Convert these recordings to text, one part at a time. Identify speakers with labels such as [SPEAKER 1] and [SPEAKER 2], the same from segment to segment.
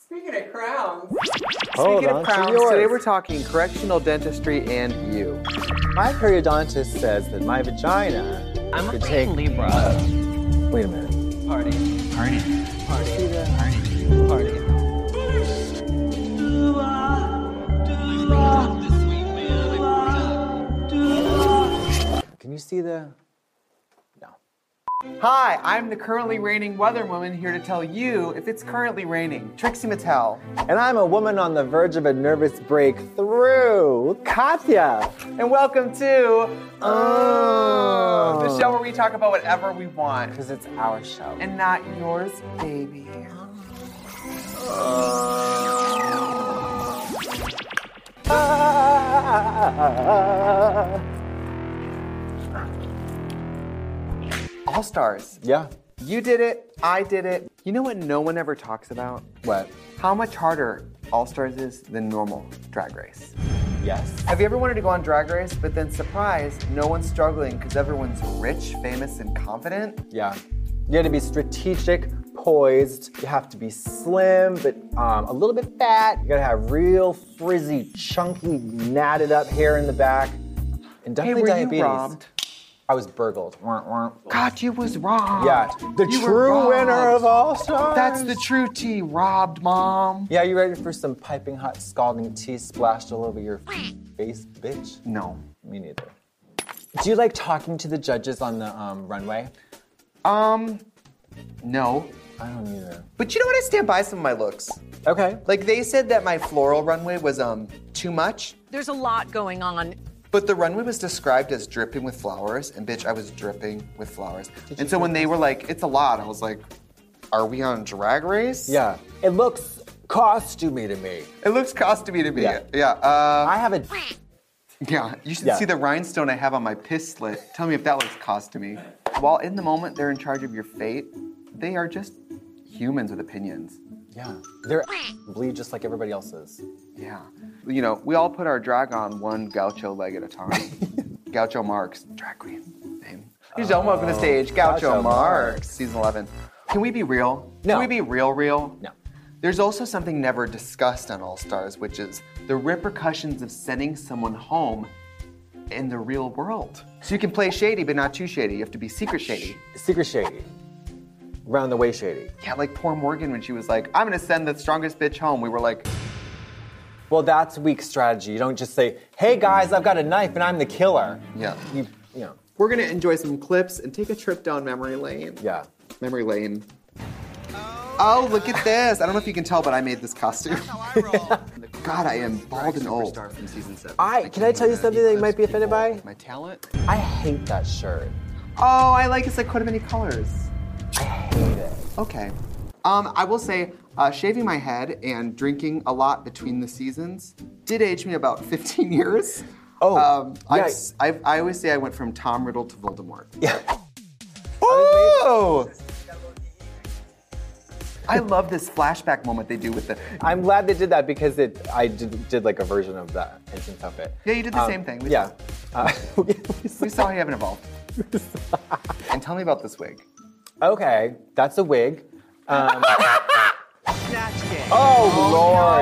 [SPEAKER 1] Speaking of crowns,
[SPEAKER 2] Hold
[SPEAKER 3] Speaking
[SPEAKER 2] on
[SPEAKER 3] of
[SPEAKER 2] to
[SPEAKER 3] crowns,
[SPEAKER 2] yours.
[SPEAKER 3] today we're talking correctional dentistry and you.
[SPEAKER 2] My periodontist says that my vagina
[SPEAKER 4] I'm a
[SPEAKER 2] could
[SPEAKER 4] take...
[SPEAKER 2] take.
[SPEAKER 4] Libra.
[SPEAKER 2] Wait a minute.
[SPEAKER 4] Party. Party. Party. Party.
[SPEAKER 2] Can you see the? No.
[SPEAKER 3] Hi, I'm the currently reigning weather woman here to tell you if it's currently raining. Trixie Mattel.
[SPEAKER 2] And I'm a woman on the verge of a nervous breakthrough. Katya.
[SPEAKER 3] And welcome to
[SPEAKER 2] Oh.
[SPEAKER 3] the show where we talk about whatever we want
[SPEAKER 2] Because it's our show.
[SPEAKER 3] and not yours, baby.
[SPEAKER 2] Ah.
[SPEAKER 3] All stars.
[SPEAKER 2] Yeah.
[SPEAKER 3] You did it. I did it. You know what no one ever talks about?
[SPEAKER 2] What?
[SPEAKER 3] How much harder All Stars is than normal drag race.
[SPEAKER 2] Yes.
[SPEAKER 3] Have you ever wanted to go on drag race, but then surprised no one's struggling because everyone's rich, famous, and confident?
[SPEAKER 2] Yeah. You have to be strategic, poised. You have to be slim, but um, a little bit fat. You gotta have real frizzy, chunky, natted up hair in the back. And
[SPEAKER 3] Hey,
[SPEAKER 2] definitely
[SPEAKER 3] were
[SPEAKER 2] diabetes.
[SPEAKER 3] you robbed?
[SPEAKER 2] I was burgled. Wah, wah.
[SPEAKER 3] God, you was robbed.
[SPEAKER 2] Yeah. The
[SPEAKER 3] You were
[SPEAKER 2] true winner
[SPEAKER 3] robbed.
[SPEAKER 2] of All Stars.
[SPEAKER 3] That's the true tea, robbed mom.
[SPEAKER 2] Yeah, you ready for some piping hot, scalding tea splashed all over your face, bitch?
[SPEAKER 3] No.
[SPEAKER 2] Me neither. Do you like talking to the judges on the um, runway?
[SPEAKER 3] Um, no.
[SPEAKER 2] I don't either.
[SPEAKER 3] But you know what? I stand by some of my looks.
[SPEAKER 2] Okay.
[SPEAKER 3] Like they said that my floral runway was um too much,
[SPEAKER 5] There's a lot going on.
[SPEAKER 3] but the runway was described as dripping with flowers, and bitch, I was dripping with flowers.
[SPEAKER 2] you
[SPEAKER 3] and so when they were like, "It's a lot," I was like, "Are we on Drag Race?"
[SPEAKER 2] Yeah. It looks costumey to me.
[SPEAKER 3] It looks costumey to me.
[SPEAKER 2] Yeah.
[SPEAKER 3] Yeah. uh,
[SPEAKER 2] I have a.
[SPEAKER 3] yeah. You should
[SPEAKER 2] Yeah.
[SPEAKER 3] see the rhinestone I have on my piss slit. Tell me if that looks costumey. While in the moment they're in charge of your fate, they are just humans with opinions.
[SPEAKER 2] Yeah. They're bleed just like everybody else's.
[SPEAKER 3] Yeah. You know, we all put our drag on one gaucho leg at a time. gaucho Marx, drag queen. Name. He's oh, welcome to stage, Gaucho,
[SPEAKER 2] Gaucho
[SPEAKER 3] Marx.
[SPEAKER 2] Marx.
[SPEAKER 3] season 11. Can we be real?
[SPEAKER 2] No.
[SPEAKER 3] Can we be real, real?
[SPEAKER 2] No.
[SPEAKER 3] There's also something never discussed on All Stars, which is the repercussions of sending someone home in the real world. So you can play shady, but not too shady. You have to be secret shady.
[SPEAKER 2] Secret shady. Round the way shady.
[SPEAKER 3] Yeah, like poor Morgan when she was like, I'm gonna send the strongest bitch home. We were like,
[SPEAKER 2] Well, that's weak strategy. You don't just say, "Hey guys, I've got a knife and I'm the killer."
[SPEAKER 3] Yeah.
[SPEAKER 2] You, you know.
[SPEAKER 3] we're gonna enjoy some clips and take a trip down memory lane.
[SPEAKER 2] Yeah.
[SPEAKER 3] memory lane. Oh, look at this. I don't know if you can tell, but I made this costume. God, I am bald and old.
[SPEAKER 4] from season seven.
[SPEAKER 2] I can I tell you something that you might be offended by?
[SPEAKER 3] My talent.
[SPEAKER 2] I hate that shirt.
[SPEAKER 3] Oh, I like it's like quite many colors.
[SPEAKER 2] Hate it.
[SPEAKER 3] Okay. Um, I will say, uh, shaving my head and drinking a lot between the seasons did age me about 15 years.
[SPEAKER 2] Oh,
[SPEAKER 3] um, I,
[SPEAKER 2] yeah.
[SPEAKER 3] s- I- I always say I went from Tom Riddle to Voldemort.
[SPEAKER 2] Yeah.
[SPEAKER 3] Oh! I love this flashback moment they do with the.
[SPEAKER 2] I'm glad they did that because it I did, did like a version of that instance of it. Um,
[SPEAKER 3] Yeah, you did the same thing. We
[SPEAKER 2] yeah. Uh,
[SPEAKER 3] We saw you haven't evolved. and tell me about this wig.
[SPEAKER 2] Uh, okay, that's a wig. Um,
[SPEAKER 3] Snatch game.
[SPEAKER 2] Oh,
[SPEAKER 3] no.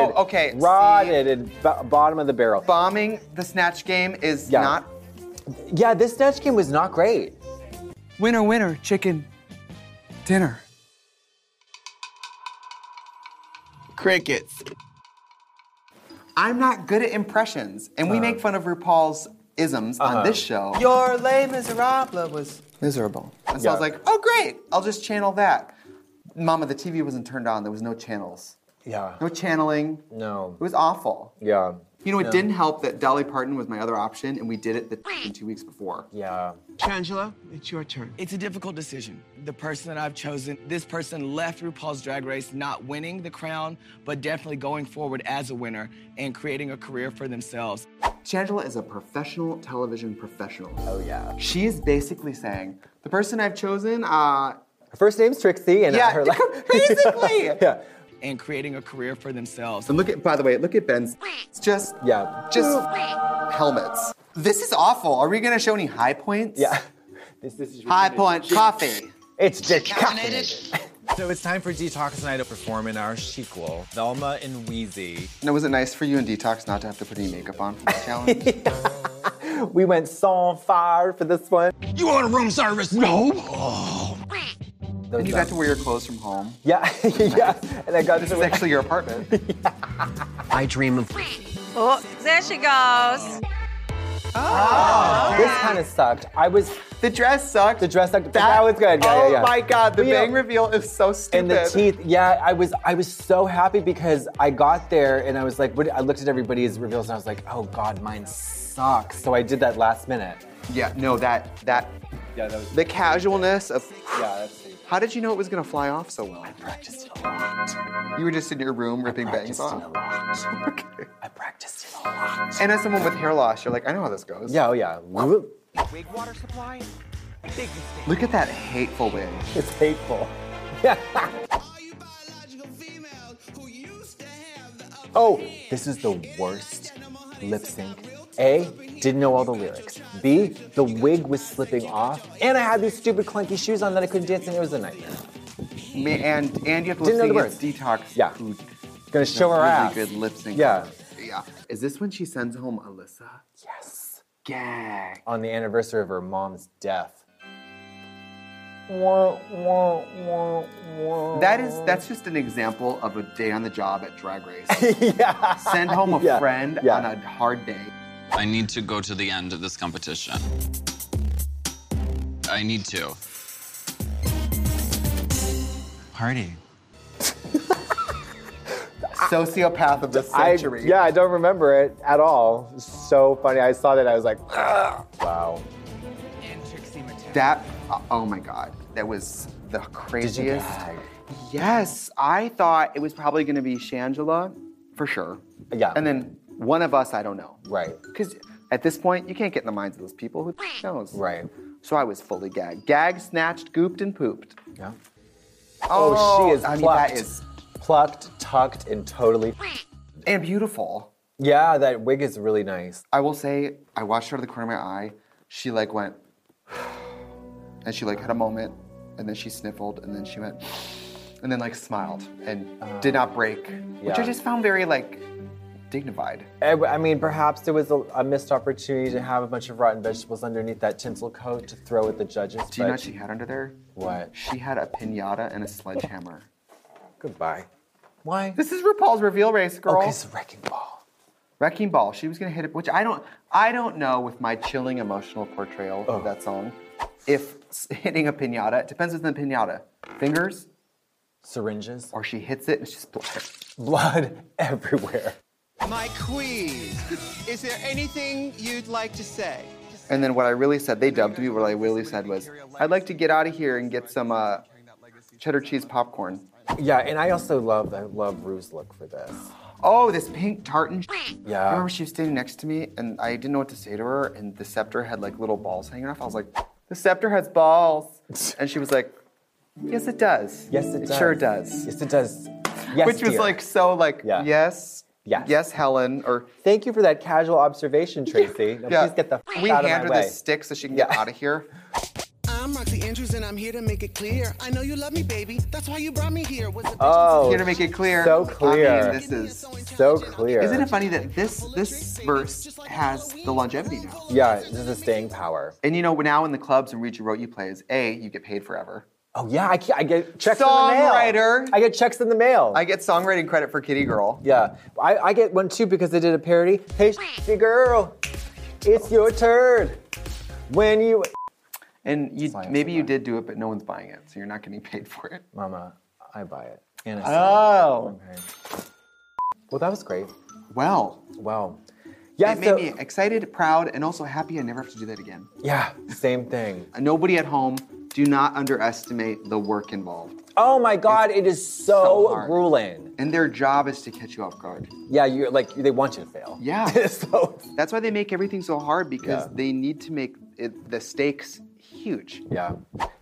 [SPEAKER 2] lord.
[SPEAKER 3] Okay,
[SPEAKER 2] Rotted and b- bottom of the barrel.
[SPEAKER 3] Bombing the snatch game is
[SPEAKER 2] Yeah.
[SPEAKER 3] not.
[SPEAKER 2] yeah, this Dutch game was not great.
[SPEAKER 3] Winner, winner, chicken dinner. Crickets. I'm not good at impressions, and
[SPEAKER 2] Uh-huh.
[SPEAKER 3] we make fun of RuPaul's isms on this show. Your Les Miserables was miserable. And so I
[SPEAKER 2] Yeah.
[SPEAKER 3] was like, oh, great, I'll just channel that. Mama, the TV wasn't turned on, there was no channels.
[SPEAKER 2] Yeah.
[SPEAKER 3] No channeling.
[SPEAKER 2] No.
[SPEAKER 3] It was awful.
[SPEAKER 2] Yeah.
[SPEAKER 3] You know, it didn't help that Dolly Parton was my other option, and we did it the two weeks before.
[SPEAKER 2] Yeah.
[SPEAKER 6] Shangela, it's your turn.
[SPEAKER 4] It's a difficult decision. The person that I've chosen, this person left RuPaul's Drag Race not winning the crown, but definitely going forward as a winner and creating a career for themselves.
[SPEAKER 3] Shangela is a professional television professional.
[SPEAKER 2] Oh yeah.
[SPEAKER 3] She is basically saying, the person I've chosen, uh,
[SPEAKER 2] Her first name's Trixie, and
[SPEAKER 3] Yeah,
[SPEAKER 2] her
[SPEAKER 3] basically.
[SPEAKER 2] yeah.
[SPEAKER 4] And creating a career for themselves.
[SPEAKER 3] and look at, by the way, look at Ben's. It's just,
[SPEAKER 2] Yeah.
[SPEAKER 3] just helmets. This is awful. Are we gonna show any high points?
[SPEAKER 2] Yeah. This, this is
[SPEAKER 3] High point coffee.
[SPEAKER 2] It's just coffee.
[SPEAKER 1] So it's time for Detox and I to perform in our sequel, Velma and Wheezy.
[SPEAKER 3] Now, was it nice for you and Detox not to have to put any makeup on for the challenge?
[SPEAKER 2] We went so far for this one.
[SPEAKER 4] You want a room service? No.
[SPEAKER 2] Those,
[SPEAKER 3] and you
[SPEAKER 2] uh,
[SPEAKER 3] got to wear your clothes from home.
[SPEAKER 2] yeah, yeah. And I got
[SPEAKER 3] This is actually your apartment.
[SPEAKER 5] I dream of
[SPEAKER 7] Oh, there she goes.
[SPEAKER 2] This kind of sucked. I was
[SPEAKER 3] the dress sucked.
[SPEAKER 2] the dress sucked, but that, was good. Yeah,
[SPEAKER 3] oh
[SPEAKER 2] yeah, yeah.
[SPEAKER 3] my god, the
[SPEAKER 2] But, you know,
[SPEAKER 3] bang reveal is so stupid.
[SPEAKER 2] and the teeth. Yeah, I was I was so happy because I got there and I was like, what, I looked at everybody's reveals and I was like, oh god, mine sucks. So I did that last minute.
[SPEAKER 3] Yeah, no, that that
[SPEAKER 2] Yeah, that was.
[SPEAKER 3] the casualness of
[SPEAKER 2] yeah, that's.
[SPEAKER 3] how did you know it was gonna fly off so well? I practiced
[SPEAKER 2] a lot.
[SPEAKER 3] You were just in your room ripping bangs off.
[SPEAKER 2] lot.
[SPEAKER 3] Okay.
[SPEAKER 2] I practiced it a lot.
[SPEAKER 3] And as someone with hair loss, you're like, I know how this goes.
[SPEAKER 2] Yeah, oh yeah. Whoop.
[SPEAKER 3] Look at that hateful wig.
[SPEAKER 2] It's hateful. Oh, this is the worst lip sync. A, didn't know all the lyrics. B, the wig was slipping off. And I had these stupid clunky shoes on that I couldn't dance in. It was a nightmare.
[SPEAKER 3] Me and and you have to
[SPEAKER 2] Didn't know
[SPEAKER 3] listen
[SPEAKER 2] the
[SPEAKER 3] to
[SPEAKER 2] words.
[SPEAKER 3] detox.
[SPEAKER 2] Yeah.
[SPEAKER 3] Who
[SPEAKER 2] Gonna
[SPEAKER 3] does
[SPEAKER 2] show her
[SPEAKER 3] really
[SPEAKER 2] ass.
[SPEAKER 3] good lip sync.
[SPEAKER 2] Yeah.
[SPEAKER 3] Yeah. Is this when she sends home Alyssa?
[SPEAKER 2] Yes.
[SPEAKER 3] Gag.
[SPEAKER 2] On the anniversary of her mom's death. Wah, wah, wah, wah.
[SPEAKER 3] That is that's just an example of a day on the job at Drag Race.
[SPEAKER 2] yeah.
[SPEAKER 3] Send home a
[SPEAKER 2] Yeah,
[SPEAKER 3] friend
[SPEAKER 2] yeah.
[SPEAKER 3] on a hard day.
[SPEAKER 8] I need to go to the end of this competition. I need to. Party.
[SPEAKER 3] Sociopath of the
[SPEAKER 2] I,
[SPEAKER 3] century.
[SPEAKER 2] yeah, I don't remember it at all. So funny. I saw that. I was like, "Ugh." wow.
[SPEAKER 3] That, oh my God, that was the craziest.
[SPEAKER 2] gag?
[SPEAKER 3] Yes, I thought it was probably going to be Shangela, for sure.
[SPEAKER 2] Yeah.
[SPEAKER 3] And then one of us, I don't know.
[SPEAKER 2] Right.
[SPEAKER 3] Because at this point, you can't get in the minds of those people. Who the knows?
[SPEAKER 2] Right.
[SPEAKER 3] So I was fully gagged. Gagged, snatched, gooped, and pooped.
[SPEAKER 2] Yeah.
[SPEAKER 3] Oh,
[SPEAKER 2] she is
[SPEAKER 3] I mean,
[SPEAKER 2] plucked.
[SPEAKER 3] that is,
[SPEAKER 2] Plucked, tucked, and totally.
[SPEAKER 3] and beautiful.
[SPEAKER 2] Yeah, that wig is really nice.
[SPEAKER 3] I will say, I watched her out of the corner of my eye. She like went, and she like had a moment, and then she sniffled, and then she went, and then like smiled and did not break, which I
[SPEAKER 2] yeah.
[SPEAKER 3] just found very like dignified.
[SPEAKER 2] I, I mean, perhaps there was a, a missed opportunity to have a bunch of rotten vegetables underneath that tinsel coat to throw at the judges.
[SPEAKER 3] Do you know
[SPEAKER 2] but-
[SPEAKER 3] what she had under there?
[SPEAKER 2] What?
[SPEAKER 3] She had a pinata and a sledgehammer.
[SPEAKER 2] Goodbye. Why?
[SPEAKER 3] This is RuPaul's reveal race, girl.
[SPEAKER 2] Okay, it's a wrecking ball.
[SPEAKER 3] Wrecking Ball. She was gonna hit it, which I don't. I don't know with my chilling emotional portrayal
[SPEAKER 2] Oh.
[SPEAKER 3] of that song, if s- hitting a pinata. It depends on the pinata. Fingers,
[SPEAKER 2] Syringes,
[SPEAKER 3] or she hits it and she's black.
[SPEAKER 2] blood everywhere.
[SPEAKER 6] My queen, is there anything you'd like to say?
[SPEAKER 3] And then what I really said, they dubbed me. What I really said was, I'd like to get out of here and get some uh, cheddar cheese popcorn.
[SPEAKER 2] Yeah, and I also love I love Rue's look for this.
[SPEAKER 3] Oh, this pink tartan. sh- I
[SPEAKER 2] Yeah.
[SPEAKER 3] remember she was standing next to me, and I didn't know what to say to her. And the scepter had like little balls hanging off. I was like, the scepter has balls, and she was like, yes, it does.
[SPEAKER 2] Yes, it, does.
[SPEAKER 3] sure does.
[SPEAKER 2] Yes, it does. Yes,
[SPEAKER 3] Which was
[SPEAKER 2] dear.
[SPEAKER 3] like so like
[SPEAKER 2] Yeah.
[SPEAKER 3] yes,
[SPEAKER 2] Yes.
[SPEAKER 3] Helen, or
[SPEAKER 2] Thank you for that casual observation, Tracy. Now
[SPEAKER 3] yeah.
[SPEAKER 2] Please get the f-
[SPEAKER 3] we
[SPEAKER 2] out of
[SPEAKER 3] hand
[SPEAKER 2] my
[SPEAKER 3] her
[SPEAKER 2] way.
[SPEAKER 3] this stick so she can get
[SPEAKER 2] Yeah.
[SPEAKER 3] out of here.
[SPEAKER 6] I'm Roxy Andrews, and I'm here to make it clear. I know you love me, baby. That's why you brought me here. Was it
[SPEAKER 2] Oh,
[SPEAKER 3] Here to make it clear.
[SPEAKER 2] So
[SPEAKER 3] I
[SPEAKER 2] clear.
[SPEAKER 3] mean, this is.
[SPEAKER 2] so clear.
[SPEAKER 3] Isn't it funny that this this verse has the longevity now?
[SPEAKER 2] Yeah, this is a staying power.
[SPEAKER 3] And you know now in the clubs and read your wrote you plays, a you get paid forever.
[SPEAKER 2] Oh yeah, I, ke- I get checks in the mail.
[SPEAKER 3] Songwriter.
[SPEAKER 2] I get checks in the mail.
[SPEAKER 3] I get songwriting credit for Kitty Girl.
[SPEAKER 2] yeah, I, I get one too because they did a parody. Hey, sh- girl, it's your turn. When you,
[SPEAKER 3] And you
[SPEAKER 2] Science
[SPEAKER 3] maybe
[SPEAKER 2] of
[SPEAKER 3] you
[SPEAKER 2] that.
[SPEAKER 3] did do it, but no one's buying it, so you're not getting paid for it.
[SPEAKER 2] Mama, I buy it. And I sell
[SPEAKER 3] Oh.
[SPEAKER 2] it. Okay. Well, that was great.
[SPEAKER 3] Well,
[SPEAKER 2] Wow. Yeah.
[SPEAKER 3] it
[SPEAKER 2] so-
[SPEAKER 3] made me excited, proud, and also happy I never have to do that again.
[SPEAKER 2] yeah. Same thing.
[SPEAKER 3] Nobody at home, do not underestimate the work involved.
[SPEAKER 2] Oh my God, it is so,
[SPEAKER 3] so hard.
[SPEAKER 2] grueling.
[SPEAKER 3] And their job is to catch you off guard.
[SPEAKER 2] Yeah, you're like they want you to fail.
[SPEAKER 3] Yeah.
[SPEAKER 2] so
[SPEAKER 3] That's why they make everything so hard because
[SPEAKER 2] Yeah.
[SPEAKER 3] they need to make it, the stakes huge.
[SPEAKER 2] yeah.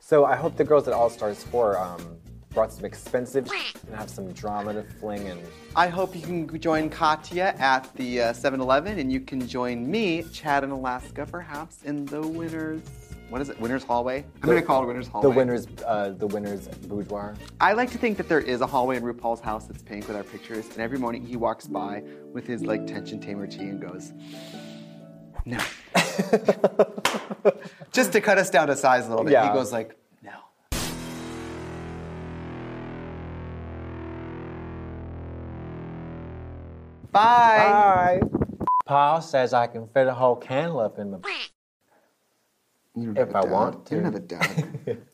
[SPEAKER 2] So I hope the girls at All Stars Four um, brought some expensive and have some drama to fling and
[SPEAKER 3] I hope you can join Katya at uh, the 7 Eleven and you can join me, Chad in Alaska, perhaps in the winners. what is it? Winner's hallway. I'm gonna call it winner's hallway.
[SPEAKER 2] The winner's, uh, the winner's boudoir.
[SPEAKER 3] I like to think that there is a hallway in RuPaul's house that's pink with our pictures, and every morning he walks by with his like tension tamer tea and goes, "No," just to cut us down to size a little bit.
[SPEAKER 2] Yeah.
[SPEAKER 3] He goes like, "No." Bye.
[SPEAKER 2] Hi. Paul says I can fit a whole candle up in the.
[SPEAKER 3] You don't
[SPEAKER 2] If
[SPEAKER 3] have a
[SPEAKER 2] I
[SPEAKER 3] dad.
[SPEAKER 2] want
[SPEAKER 3] you don't
[SPEAKER 2] to.
[SPEAKER 3] have a dad.